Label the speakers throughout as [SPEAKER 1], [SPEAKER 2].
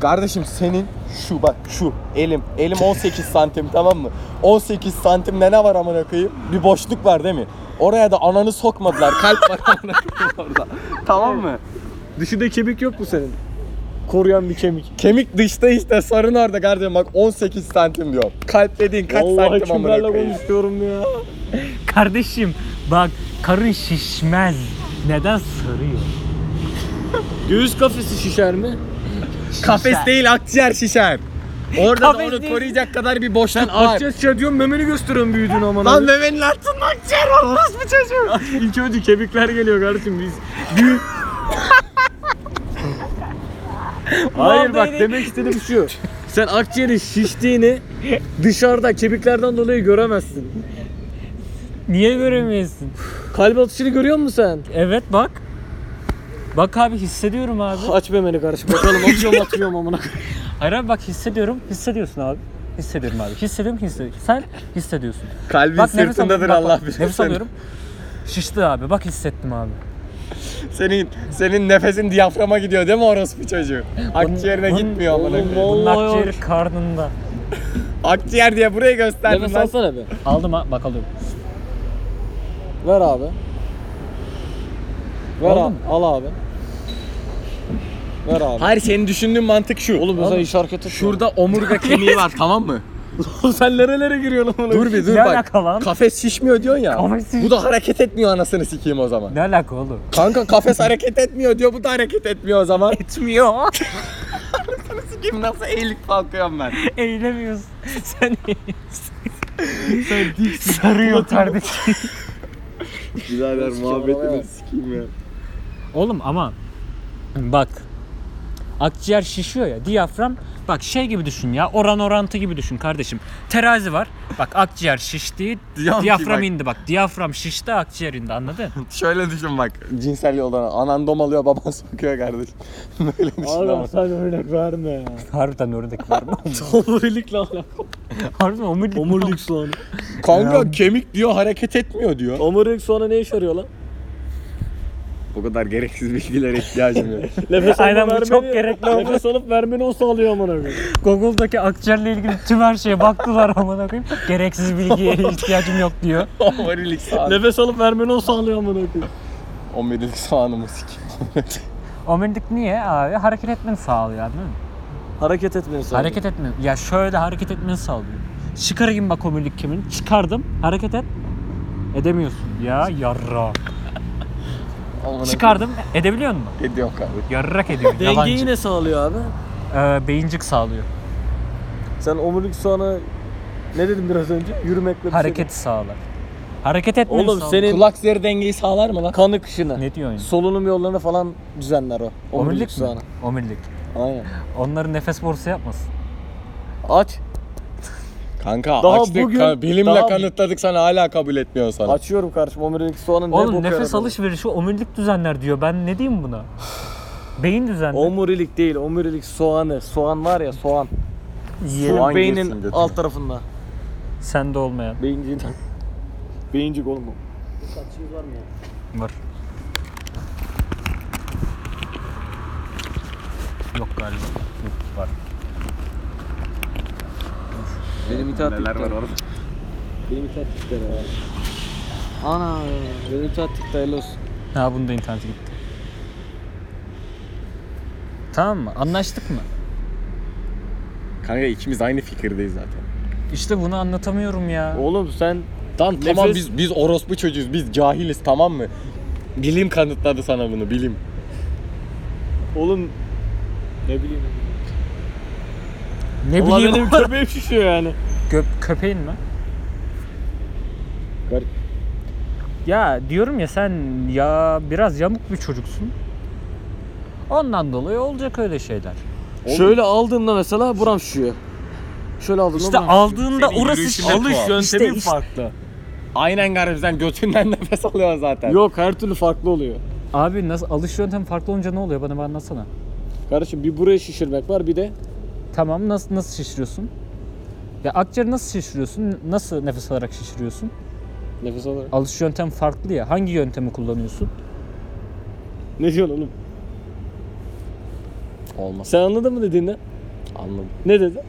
[SPEAKER 1] Kardeşim senin şu bak şu elim. Elim 18 santim tamam mı? 18 santimde ne var amına koyayım? Bir boşluk var değil mi? Oraya da ananı sokmadılar. Kalp var amına koyayım orada. Tamam mı?
[SPEAKER 2] Dışında kemik yok mu senin? Koruyan bir kemik.
[SPEAKER 1] Kemik dışta işte sarın orada kardeşim bak 18 santim diyor. Kalp dediğin kaç
[SPEAKER 2] Vallahi
[SPEAKER 1] santim amına
[SPEAKER 2] kimlerle
[SPEAKER 1] koyayım?
[SPEAKER 2] konuşuyorum ya.
[SPEAKER 3] Kardeşim bak karın şişmez. Neden sarıyor?
[SPEAKER 2] Göğüs kafesi şişer mi?
[SPEAKER 1] Kafes değil akciğer şişer. Orada da
[SPEAKER 3] Kafes
[SPEAKER 1] onu
[SPEAKER 3] değil.
[SPEAKER 1] koruyacak kadar bir boşluk var.
[SPEAKER 2] Akçes şişer Şey diyorum memeni gösteriyorum büyüdün aman
[SPEAKER 1] Lan
[SPEAKER 2] abi.
[SPEAKER 1] memenin altında akciğer var orası mı çocuğum?
[SPEAKER 2] İlk önce kemikler geliyor kardeşim biz. Hayır bak
[SPEAKER 3] Muhabbeti-
[SPEAKER 2] demek istediğim şu. Sen akciğerin şiştiğini dışarıda kemiklerden dolayı göremezsin.
[SPEAKER 3] Niye göremiyorsun?
[SPEAKER 2] Kalp atışını görüyor musun sen?
[SPEAKER 3] Evet bak. Bak abi hissediyorum abi.
[SPEAKER 2] Aç memeni kardeşim bakalım atıyor mu atmıyor mu amına.
[SPEAKER 3] Hayır abi bak hissediyorum. Hissediyorsun abi. Hissediyorum abi. Hissediyorum hissediyorum. Sen hissediyorsun.
[SPEAKER 1] Kalbin
[SPEAKER 3] Bak nefes
[SPEAKER 1] sırtındadır
[SPEAKER 3] alıyorum. bak,
[SPEAKER 1] Allah
[SPEAKER 3] bak.
[SPEAKER 1] bilir.
[SPEAKER 3] Nefes
[SPEAKER 1] seni.
[SPEAKER 3] alıyorum. Şişti abi. Bak hissettim abi.
[SPEAKER 1] Senin senin nefesin diyaframa gidiyor değil mi orospu çocuğu? Akciğerine
[SPEAKER 3] bunun-
[SPEAKER 1] gitmiyor amına
[SPEAKER 2] oğlum,
[SPEAKER 1] koyayım.
[SPEAKER 3] Bunun
[SPEAKER 2] Vallahi
[SPEAKER 3] akciğeri karnında.
[SPEAKER 1] Akciğer diye burayı gösterdin
[SPEAKER 2] Nefes
[SPEAKER 1] lan.
[SPEAKER 2] alsana bir.
[SPEAKER 3] Aldım ha. Bak alıyorum.
[SPEAKER 2] Ver abi. Ver
[SPEAKER 3] Aldın
[SPEAKER 2] abi.
[SPEAKER 3] mı?
[SPEAKER 2] Al abi. Ver abi.
[SPEAKER 1] Hayır senin düşündüğün mantık şu.
[SPEAKER 2] Oğlum mesela iş hareketi
[SPEAKER 1] şurada omurga kemiği var tamam mı?
[SPEAKER 2] sen nerelere giriyorsun amına?
[SPEAKER 1] Dur bir dur
[SPEAKER 3] Ne
[SPEAKER 1] bak.
[SPEAKER 3] alaka lan?
[SPEAKER 1] Kafes şişmiyor diyorsun ya.
[SPEAKER 3] Kafes şiş-
[SPEAKER 1] Bu da hareket etmiyor anasını sikeyim o zaman.
[SPEAKER 3] Ne alaka oğlum?
[SPEAKER 1] Kanka kafes hareket etmiyor diyor bu da hareket etmiyor o zaman.
[SPEAKER 3] Etmiyor.
[SPEAKER 1] Sikeyim nasıl eğilip kalkıyorum ben.
[SPEAKER 3] Eğilemiyorsun. Sen eğilsin. Sarıyor kardeşim.
[SPEAKER 1] Birader
[SPEAKER 2] muhabbetini
[SPEAKER 1] sikeyim ya.
[SPEAKER 3] Oğlum ama bak akciğer şişiyor ya diyafram bak şey gibi düşün ya oran orantı gibi düşün kardeşim. Terazi var bak akciğer şişti
[SPEAKER 1] Diyafram-
[SPEAKER 3] diyafram
[SPEAKER 1] bak.
[SPEAKER 3] indi bak diyafram şişti akciğer indi anladın?
[SPEAKER 1] Şöyle düşün bak. Cinsel yoldan anan dom alıyor baban sokuyor kardeşim. Böyle düşün ama.
[SPEAKER 2] Abi sen örnek verme ya.
[SPEAKER 3] Harbiden ördek var mı?
[SPEAKER 2] Omurilikle alakalı.
[SPEAKER 3] Harbiden omurilik.
[SPEAKER 2] Omurilik soğanı.
[SPEAKER 1] Kanka kemik diyor hareket etmiyor diyor.
[SPEAKER 2] Omurilik soğanı ne işe yarıyor lan?
[SPEAKER 1] O kadar gereksiz bilgilere ihtiyacım yok.
[SPEAKER 2] Nefes alıp
[SPEAKER 3] Aynen, bu
[SPEAKER 2] vermeni-
[SPEAKER 3] çok gerekli oldu.
[SPEAKER 2] Nefes alıp vermeni o sağlıyor amına koyayım.
[SPEAKER 3] Google'daki akciğerle ilgili tüm her şeye baktılar amına koyayım. Gereksiz bilgiye ihtiyacım yok diyor.
[SPEAKER 1] Omurilik soğanı.
[SPEAKER 2] Nefes alıp vermeni o sağlıyor amına koyayım.
[SPEAKER 1] Omurilik soğanı mı sikeyim?
[SPEAKER 3] Omurilik niye abi? Hareket etmeni sağlıyor anladın mı?
[SPEAKER 2] Hareket etmeni sağlıyor.
[SPEAKER 3] Hareket etmeni. Ya şöyle hareket etmeni sağlıyor. Çıkarayım bak omurilik kemiğini. Çıkardım. Hareket et. Edemiyorsun. Ya yarra.
[SPEAKER 1] Amına
[SPEAKER 3] Çıkardım. Edebiliyor musun?
[SPEAKER 1] koyayım. Ediyorum kardeşim.
[SPEAKER 3] Yarrak ediyor.
[SPEAKER 2] Dengeyi
[SPEAKER 3] Yalancı.
[SPEAKER 2] ne sağlıyor abi?
[SPEAKER 3] Ee, beyincik sağlıyor.
[SPEAKER 2] Sen omurilik soğanı ne dedim biraz önce? Yürümekle bir şey-
[SPEAKER 3] Hareket sağlar. Hareket etmeni
[SPEAKER 2] Oğlum
[SPEAKER 3] sağlıyor.
[SPEAKER 2] senin
[SPEAKER 1] Kulak zeri dengeyi sağlar mı lan?
[SPEAKER 2] kan akışını,
[SPEAKER 3] Ne diyorsun? ya?
[SPEAKER 2] solunum yollarını falan düzenler o. Omurilik
[SPEAKER 3] Omurilik mi?
[SPEAKER 2] soğanı.
[SPEAKER 3] Omurilik.
[SPEAKER 2] Aynen.
[SPEAKER 3] Onların nefes borusu yapmasın.
[SPEAKER 2] Aç.
[SPEAKER 1] Kanka
[SPEAKER 2] Daha
[SPEAKER 1] açtık.
[SPEAKER 2] bugün-
[SPEAKER 1] kan- bilimle
[SPEAKER 2] daha-
[SPEAKER 1] kanıtladık sana hala kabul etmiyor sana.
[SPEAKER 2] Açıyorum kardeşim omurilik soğanı ne
[SPEAKER 3] Oğlum
[SPEAKER 2] boku
[SPEAKER 3] nefes
[SPEAKER 2] yaradığını.
[SPEAKER 3] alışverişi omurilik düzenler diyor. Ben ne diyeyim buna? Beyin düzenler.
[SPEAKER 2] Omurilik değil, omurilik soğanı. Soğan var ya soğan.
[SPEAKER 1] Yiyelim.
[SPEAKER 2] Soğan
[SPEAKER 1] Soğan
[SPEAKER 2] beynin
[SPEAKER 1] girsin götüne.
[SPEAKER 2] alt tarafında.
[SPEAKER 3] Sende olmayan
[SPEAKER 2] Beyinciğinden. Beyincik oğlum bu. var mı ya?
[SPEAKER 3] var. Yok galiba. Yok, var.
[SPEAKER 2] Benim itaat
[SPEAKER 1] Neler var orada?
[SPEAKER 2] Benim itaat dikler ya. Ana benim itaat dikler hayırlı olsun.
[SPEAKER 3] Ha bunda interneti gitti. Tamam mı? Anlaştık mı?
[SPEAKER 1] Kanka ikimiz aynı fikirdeyiz zaten.
[SPEAKER 3] İşte bunu anlatamıyorum ya.
[SPEAKER 2] Oğlum sen
[SPEAKER 1] Tamam
[SPEAKER 2] Nefes-
[SPEAKER 1] tamam biz biz orospu çocuğuz. Biz cahiliz tamam mı? Bilim kanıtladı sana bunu bilim.
[SPEAKER 2] oğlum ne bileyim.
[SPEAKER 3] Ne
[SPEAKER 2] Ulan
[SPEAKER 3] bileyim
[SPEAKER 2] benim köpeğim şişiyor yani.
[SPEAKER 3] Gö- köpeğin mi?
[SPEAKER 2] Garip.
[SPEAKER 3] Ya diyorum ya sen ya biraz yamuk bir çocuksun. Ondan dolayı olacak öyle şeyler.
[SPEAKER 1] Oğlum.
[SPEAKER 2] Şöyle aldığımda mesela buram şişiyor. Şöyle aldığımda
[SPEAKER 3] İşte
[SPEAKER 2] buram
[SPEAKER 3] aldığında
[SPEAKER 1] Senin
[SPEAKER 3] orası
[SPEAKER 1] yürüyüşün
[SPEAKER 3] şişiyor.
[SPEAKER 1] de tuhaf.
[SPEAKER 3] İşte-
[SPEAKER 2] yöntemin
[SPEAKER 3] işte-
[SPEAKER 2] farklı.
[SPEAKER 1] Aynen garip sen götünden nefes alıyorsun zaten.
[SPEAKER 2] Yok her türlü farklı oluyor.
[SPEAKER 3] Abi nasıl alış yöntemi farklı olunca ne oluyor bana bir anlatsana.
[SPEAKER 2] Kardeşim bir buraya şişirmek var bir de
[SPEAKER 3] Tamam nasıl nasıl şişiriyorsun? Ya akciğeri nasıl şişiriyorsun? Nasıl nefes alarak şişiriyorsun?
[SPEAKER 2] nefes alarak.
[SPEAKER 3] Alış yöntem farklı ya. Hangi yöntemi kullanıyorsun?
[SPEAKER 2] Ne diyorsun oğlum?
[SPEAKER 1] Olmaz.
[SPEAKER 2] Sen anladın mı dediğini?
[SPEAKER 1] Anladım.
[SPEAKER 2] Ne dedi?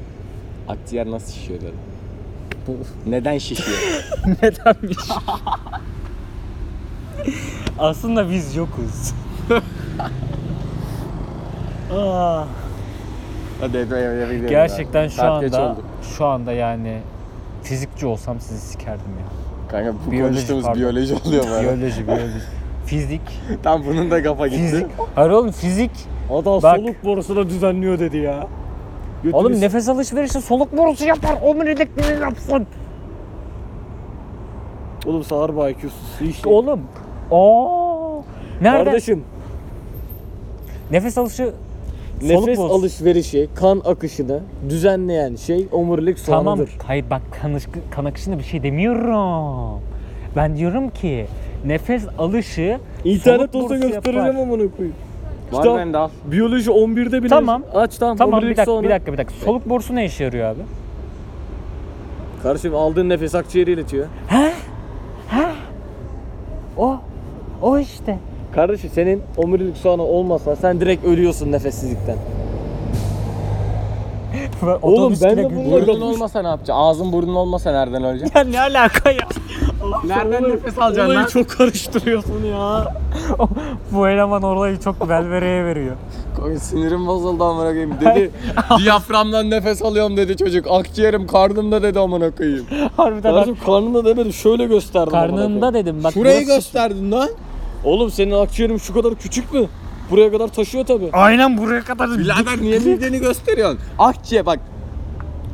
[SPEAKER 1] Akciğer nasıl şişiyor dedim.
[SPEAKER 3] Bu
[SPEAKER 1] Neden şişiyor?
[SPEAKER 3] nedenmiş? Aslında biz yokuz. Ah.
[SPEAKER 1] Hadi hadi, hadi, hadi, hadi.
[SPEAKER 3] Gerçekten şu
[SPEAKER 1] Saat geç
[SPEAKER 3] anda
[SPEAKER 1] oldu.
[SPEAKER 3] şu anda yani fizikçi olsam sizi sikerdim ya.
[SPEAKER 1] Kanka bu
[SPEAKER 3] Biyoloji,
[SPEAKER 1] konuştuğumuz
[SPEAKER 3] pardon.
[SPEAKER 1] biyoloji oluyor böyle.
[SPEAKER 3] Biyoloji, biyoloji. Fizik,
[SPEAKER 1] Tam bunun da kafa gitti.
[SPEAKER 3] fizik. Hayır oğlum fizik.
[SPEAKER 2] Adam
[SPEAKER 3] Bak.
[SPEAKER 2] soluk borusunu düzenliyor dedi ya. Götünü
[SPEAKER 3] Oğlum
[SPEAKER 2] s-
[SPEAKER 3] nefes alışverişi soluk borusu yapar. O ne yapsın?
[SPEAKER 2] Oğlum sağır bay IQ'su işte.
[SPEAKER 3] Oğlum. Aa. Nereden?
[SPEAKER 2] Kardeşim
[SPEAKER 3] Nefes alışı
[SPEAKER 2] nefes
[SPEAKER 3] borusu.
[SPEAKER 2] alışverişi, kan akışını düzenleyen şey omurilik
[SPEAKER 3] Tamam.
[SPEAKER 2] soğanıdır.
[SPEAKER 3] Hayır bak kan, akışı- kan akışında bir şey demiyorum. Ben diyorum ki nefes alışı
[SPEAKER 2] İnternet
[SPEAKER 3] soluk
[SPEAKER 2] olsa
[SPEAKER 3] borusu
[SPEAKER 2] göstereceğim
[SPEAKER 3] yapar.
[SPEAKER 2] amına koyayım.
[SPEAKER 1] Var
[SPEAKER 2] Kitap-
[SPEAKER 1] bende al.
[SPEAKER 2] Biyoloji 11'de bile
[SPEAKER 3] Tamam.
[SPEAKER 2] aç tamam,
[SPEAKER 3] Tamam bir
[SPEAKER 2] omurilik
[SPEAKER 3] dakika,
[SPEAKER 2] soğanı.
[SPEAKER 3] bir dakika bir dakika. Soluk borusu ne işe yarıyor abi?
[SPEAKER 2] Kardeşim aldığın nefes akciğeri iletiyor.
[SPEAKER 3] O o işte.
[SPEAKER 2] Kardeşim senin omurilik soğanı olmasa sen direkt ölüyorsun nefessizlikten. Oğlum ben de bununla
[SPEAKER 1] Burnun olmasa ne yapacaksın? Ağzın burnun olmasa nereden öleceksin?
[SPEAKER 3] Ya ne alaka ya?
[SPEAKER 1] nereden nefes alacaksın lan?
[SPEAKER 2] çok karıştırıyorsun ya.
[SPEAKER 3] Bu eleman olayı çok velvereye veriyor.
[SPEAKER 1] Kanka sinirim bozuldu amına koyayım. Dedi diyaframdan nefes alıyorum dedi çocuk. Akciğerim karnımda dedi amına koyayım.
[SPEAKER 3] Harbiden bak.
[SPEAKER 2] Kardeşim karnında demedim şöyle gösterdim. amına
[SPEAKER 3] Karnında
[SPEAKER 2] koyayım.
[SPEAKER 3] dedim bak.
[SPEAKER 1] Şurayı
[SPEAKER 3] burası-
[SPEAKER 1] gösterdin lan.
[SPEAKER 2] Oğlum senin akciğerin şu kadar küçük mü? Buraya kadar taşıyor tabi.
[SPEAKER 3] Aynen buraya kadar.
[SPEAKER 1] Birader niye mideni gösteriyorsun? Akciğer bak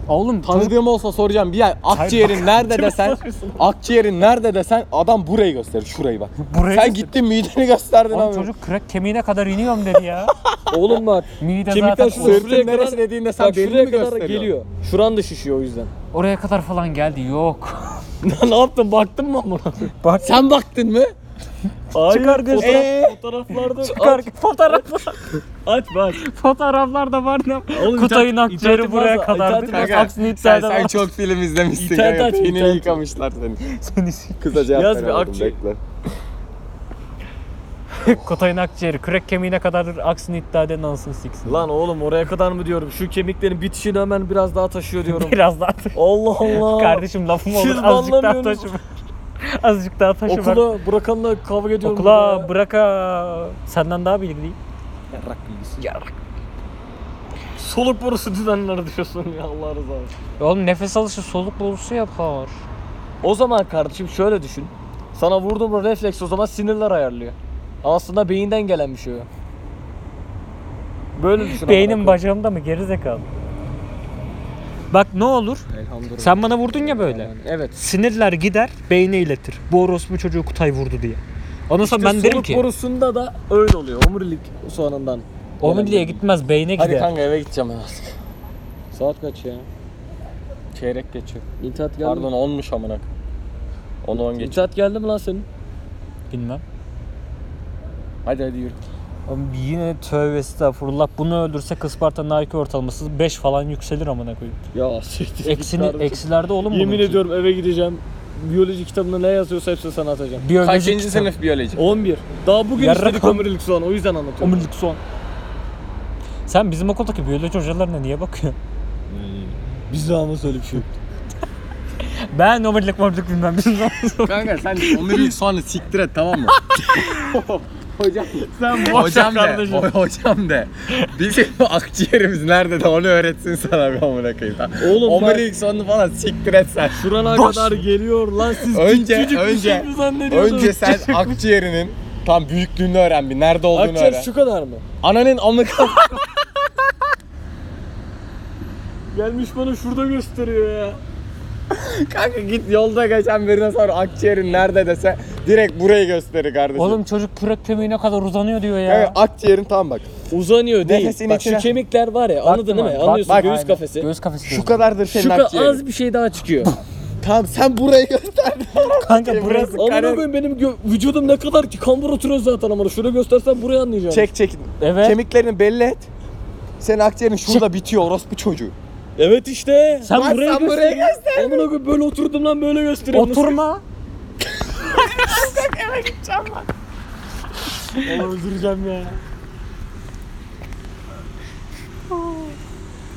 [SPEAKER 3] Oğlum tanıdık.
[SPEAKER 1] tanıdığım olsa soracağım bir yer. Akciğerin nerede desen, akciğerin nerede desen adam burayı gösterir. Şurayı bak.
[SPEAKER 3] Burayı
[SPEAKER 1] Sen
[SPEAKER 3] gösterir.
[SPEAKER 1] gittin mideni gösterdin
[SPEAKER 3] Oğlum
[SPEAKER 1] abi.
[SPEAKER 3] çocuk kürek kemiğine kadar iniyorum dedi ya.
[SPEAKER 2] Oğlum bak.
[SPEAKER 3] Mide
[SPEAKER 2] Kemikten
[SPEAKER 3] zaten
[SPEAKER 2] şuraya-
[SPEAKER 1] Sırtın neresi dediğinde sen
[SPEAKER 2] Bak
[SPEAKER 1] belini mi
[SPEAKER 2] şuraya kadar
[SPEAKER 1] gösteriyorsun?
[SPEAKER 2] geliyor. Şuran da şişiyor o yüzden.
[SPEAKER 3] oraya kadar falan geldi. Yok.
[SPEAKER 2] ne yaptın baktın mı amına?
[SPEAKER 3] Bak
[SPEAKER 1] Sen baktın mı?
[SPEAKER 2] Hayır,
[SPEAKER 3] Çıkar gözü.
[SPEAKER 2] fotoğraf-
[SPEAKER 1] Ee?
[SPEAKER 2] Fotoğraflarda
[SPEAKER 3] çıkar
[SPEAKER 2] aç,
[SPEAKER 3] fotoğraflar.
[SPEAKER 2] aç bak.
[SPEAKER 3] Fotoğraflarda var ne?
[SPEAKER 2] Oğlum
[SPEAKER 3] Kutay'ın
[SPEAKER 2] internet-
[SPEAKER 3] akciğeri
[SPEAKER 2] internet
[SPEAKER 3] buraya
[SPEAKER 2] varsa-
[SPEAKER 3] kadardı.
[SPEAKER 2] internet varsa-
[SPEAKER 1] Kanka,
[SPEAKER 3] Aksini
[SPEAKER 1] Sen,
[SPEAKER 3] iddiada
[SPEAKER 1] sen çok film izlemişsin
[SPEAKER 2] İnternet
[SPEAKER 1] kanka.
[SPEAKER 2] aç,
[SPEAKER 1] Beynini
[SPEAKER 2] internet.
[SPEAKER 1] yıkamışlar senin.
[SPEAKER 3] seni
[SPEAKER 1] Kıza cevap
[SPEAKER 2] Yaz bir
[SPEAKER 1] veremedim,
[SPEAKER 2] akciğer.
[SPEAKER 1] bekle.
[SPEAKER 3] Kutay'ın akciğeri kürek kemiğine kadar aksini iddia eden ansın siksin.
[SPEAKER 2] Lan oğlum oraya kadar mı diyorum? Şu kemiklerin bitişini hemen biraz daha taşıyor diyorum.
[SPEAKER 3] Biraz daha
[SPEAKER 2] Allah Allah.
[SPEAKER 3] Kardeşim lafım olur
[SPEAKER 2] Siz
[SPEAKER 3] azıcık daha
[SPEAKER 2] banlamıyorsunuz.
[SPEAKER 3] taşıma. azıcık daha taşı bak.
[SPEAKER 2] Okula bırakanla kavga ediyorum.
[SPEAKER 3] Okula bıraka. Senden daha bilgiliyim.
[SPEAKER 2] Yarrak bilgisi. Yarrak. Soluk borusu düzenler diyorsun ya Allah razı olsun.
[SPEAKER 3] Oğlum nefes alışı soluk borusu yapar.
[SPEAKER 2] O zaman kardeşim şöyle düşün. Sana vurdu mu refleks o zaman sinirler ayarlıyor. Aslında beyinden gelen bir şey o. Böyle düşün. amına
[SPEAKER 3] Beynim
[SPEAKER 2] koyayım.
[SPEAKER 3] bacağımda mı gerizekalı? Bak ne olur.
[SPEAKER 1] Elhamdülillah.
[SPEAKER 3] Sen bana vurdun ya böyle.
[SPEAKER 2] Evet.
[SPEAKER 3] Sinirler gider, beyne iletir. Bu orospu çocuğu Kutay vurdu diye. Ondan sonra ben derim
[SPEAKER 2] soluk
[SPEAKER 3] ki
[SPEAKER 2] borusunda da öyle oluyor. Omurilik soğanından.
[SPEAKER 3] onun diye gitmez beyne
[SPEAKER 1] Hadi
[SPEAKER 3] gider.
[SPEAKER 1] kanka eve gideceğim ben artık.
[SPEAKER 2] Saat kaç ya?
[SPEAKER 1] Çeyrek geçiyor.
[SPEAKER 2] İnternet geldi
[SPEAKER 1] Pardon
[SPEAKER 2] mi?
[SPEAKER 1] onmuş amına. koyayım. Onu on geç.
[SPEAKER 2] İnternet geldi mi lan senin?
[SPEAKER 3] Bilmem.
[SPEAKER 1] Hadi hadi yürü.
[SPEAKER 3] Oğlum yine tövbe estağfurullah. Bunu öldürsek Isparta'nın IQ ortalaması 5 falan yükselir amına koyayım.
[SPEAKER 2] Ya siktir. git
[SPEAKER 3] Eksini,
[SPEAKER 2] kardeşim.
[SPEAKER 3] eksilerde oğlum
[SPEAKER 2] Yemin
[SPEAKER 3] bununki.
[SPEAKER 2] ediyorum eve gideceğim. Biyoloji kitabında ne yazıyorsa hepsini sana atacağım.
[SPEAKER 3] Biyoloji
[SPEAKER 1] Kaçıncı
[SPEAKER 3] kitap-
[SPEAKER 1] sınıf biyoloji?
[SPEAKER 2] 11. Daha bugün
[SPEAKER 3] Yarrak
[SPEAKER 2] istedik
[SPEAKER 3] am-
[SPEAKER 2] omurilik soğanı o yüzden anlatıyorum.
[SPEAKER 3] Omurilik soğan. Sen bizim okuldaki biyoloji hocalarına niye bakıyorsun?
[SPEAKER 2] Biz de ama söyle bir şey yok.
[SPEAKER 3] Ben omurilik omurilik bilmem. Bizim
[SPEAKER 1] Kanka sen omurilik soğanı siktir et tamam mı? hocam
[SPEAKER 3] Sen
[SPEAKER 1] hocam de, o, hocam de. Bizim akciğerimiz nerede de onu öğretsin sana bir amına koyayım.
[SPEAKER 2] Oğlum bak-
[SPEAKER 1] omurilik soğanı falan siktir et sen.
[SPEAKER 2] Şurana
[SPEAKER 3] Boş.
[SPEAKER 2] kadar geliyor lan siz
[SPEAKER 1] Önce-
[SPEAKER 2] küçücük bir şey
[SPEAKER 1] önce-
[SPEAKER 2] mi zannediyorsunuz?
[SPEAKER 1] Önce sen akciğerinin tam büyüklüğünü öğren bir. Nerede olduğunu
[SPEAKER 2] Akciğer
[SPEAKER 1] öğren.
[SPEAKER 2] şu kadar mı?
[SPEAKER 1] Ananın amına
[SPEAKER 2] Gelmiş bana şurada gösteriyor ya.
[SPEAKER 1] Kanka git yolda geçen birine sor akciğerin nerede dese direkt burayı gösterir kardeşim.
[SPEAKER 3] Oğlum çocuk kürek kemiğine kadar uzanıyor diyor ya.
[SPEAKER 1] Kanka akciğerin tam bak.
[SPEAKER 2] Uzanıyor değil.
[SPEAKER 1] Nefesini
[SPEAKER 2] bak şu
[SPEAKER 1] içine-
[SPEAKER 2] kemikler var ya anladın değil mi?
[SPEAKER 3] Bak,
[SPEAKER 2] Anlıyorsun
[SPEAKER 1] bak.
[SPEAKER 2] göğüs
[SPEAKER 1] Aynen.
[SPEAKER 2] kafesi.
[SPEAKER 3] Göğüs kafesi.
[SPEAKER 1] Şu
[SPEAKER 3] diyor.
[SPEAKER 1] kadar da senin
[SPEAKER 2] Şu kadar
[SPEAKER 1] akciğerin.
[SPEAKER 2] az bir şey daha çıkıyor.
[SPEAKER 1] Tamam sen burayı göster.
[SPEAKER 3] Kanka burası.
[SPEAKER 2] Amına koyayım benim gö- vücudum ne kadar ki kambur oturuyor zaten amına. Şurada göstersen burayı anlayacaksın.
[SPEAKER 1] Çek çek.
[SPEAKER 3] Evet.
[SPEAKER 1] Kemiklerini belli et. Senin akciğerin şurada bitiyor orospu çocuğu.
[SPEAKER 2] Evet işte.
[SPEAKER 3] Sen
[SPEAKER 1] Lan
[SPEAKER 3] buraya
[SPEAKER 1] sen
[SPEAKER 3] göster.
[SPEAKER 1] burayı göster.
[SPEAKER 2] Amına koyayım böyle oturdum lan böyle gösteriyorum. Nasıl-
[SPEAKER 3] Oturma.
[SPEAKER 2] Allah öldüreceğim ya.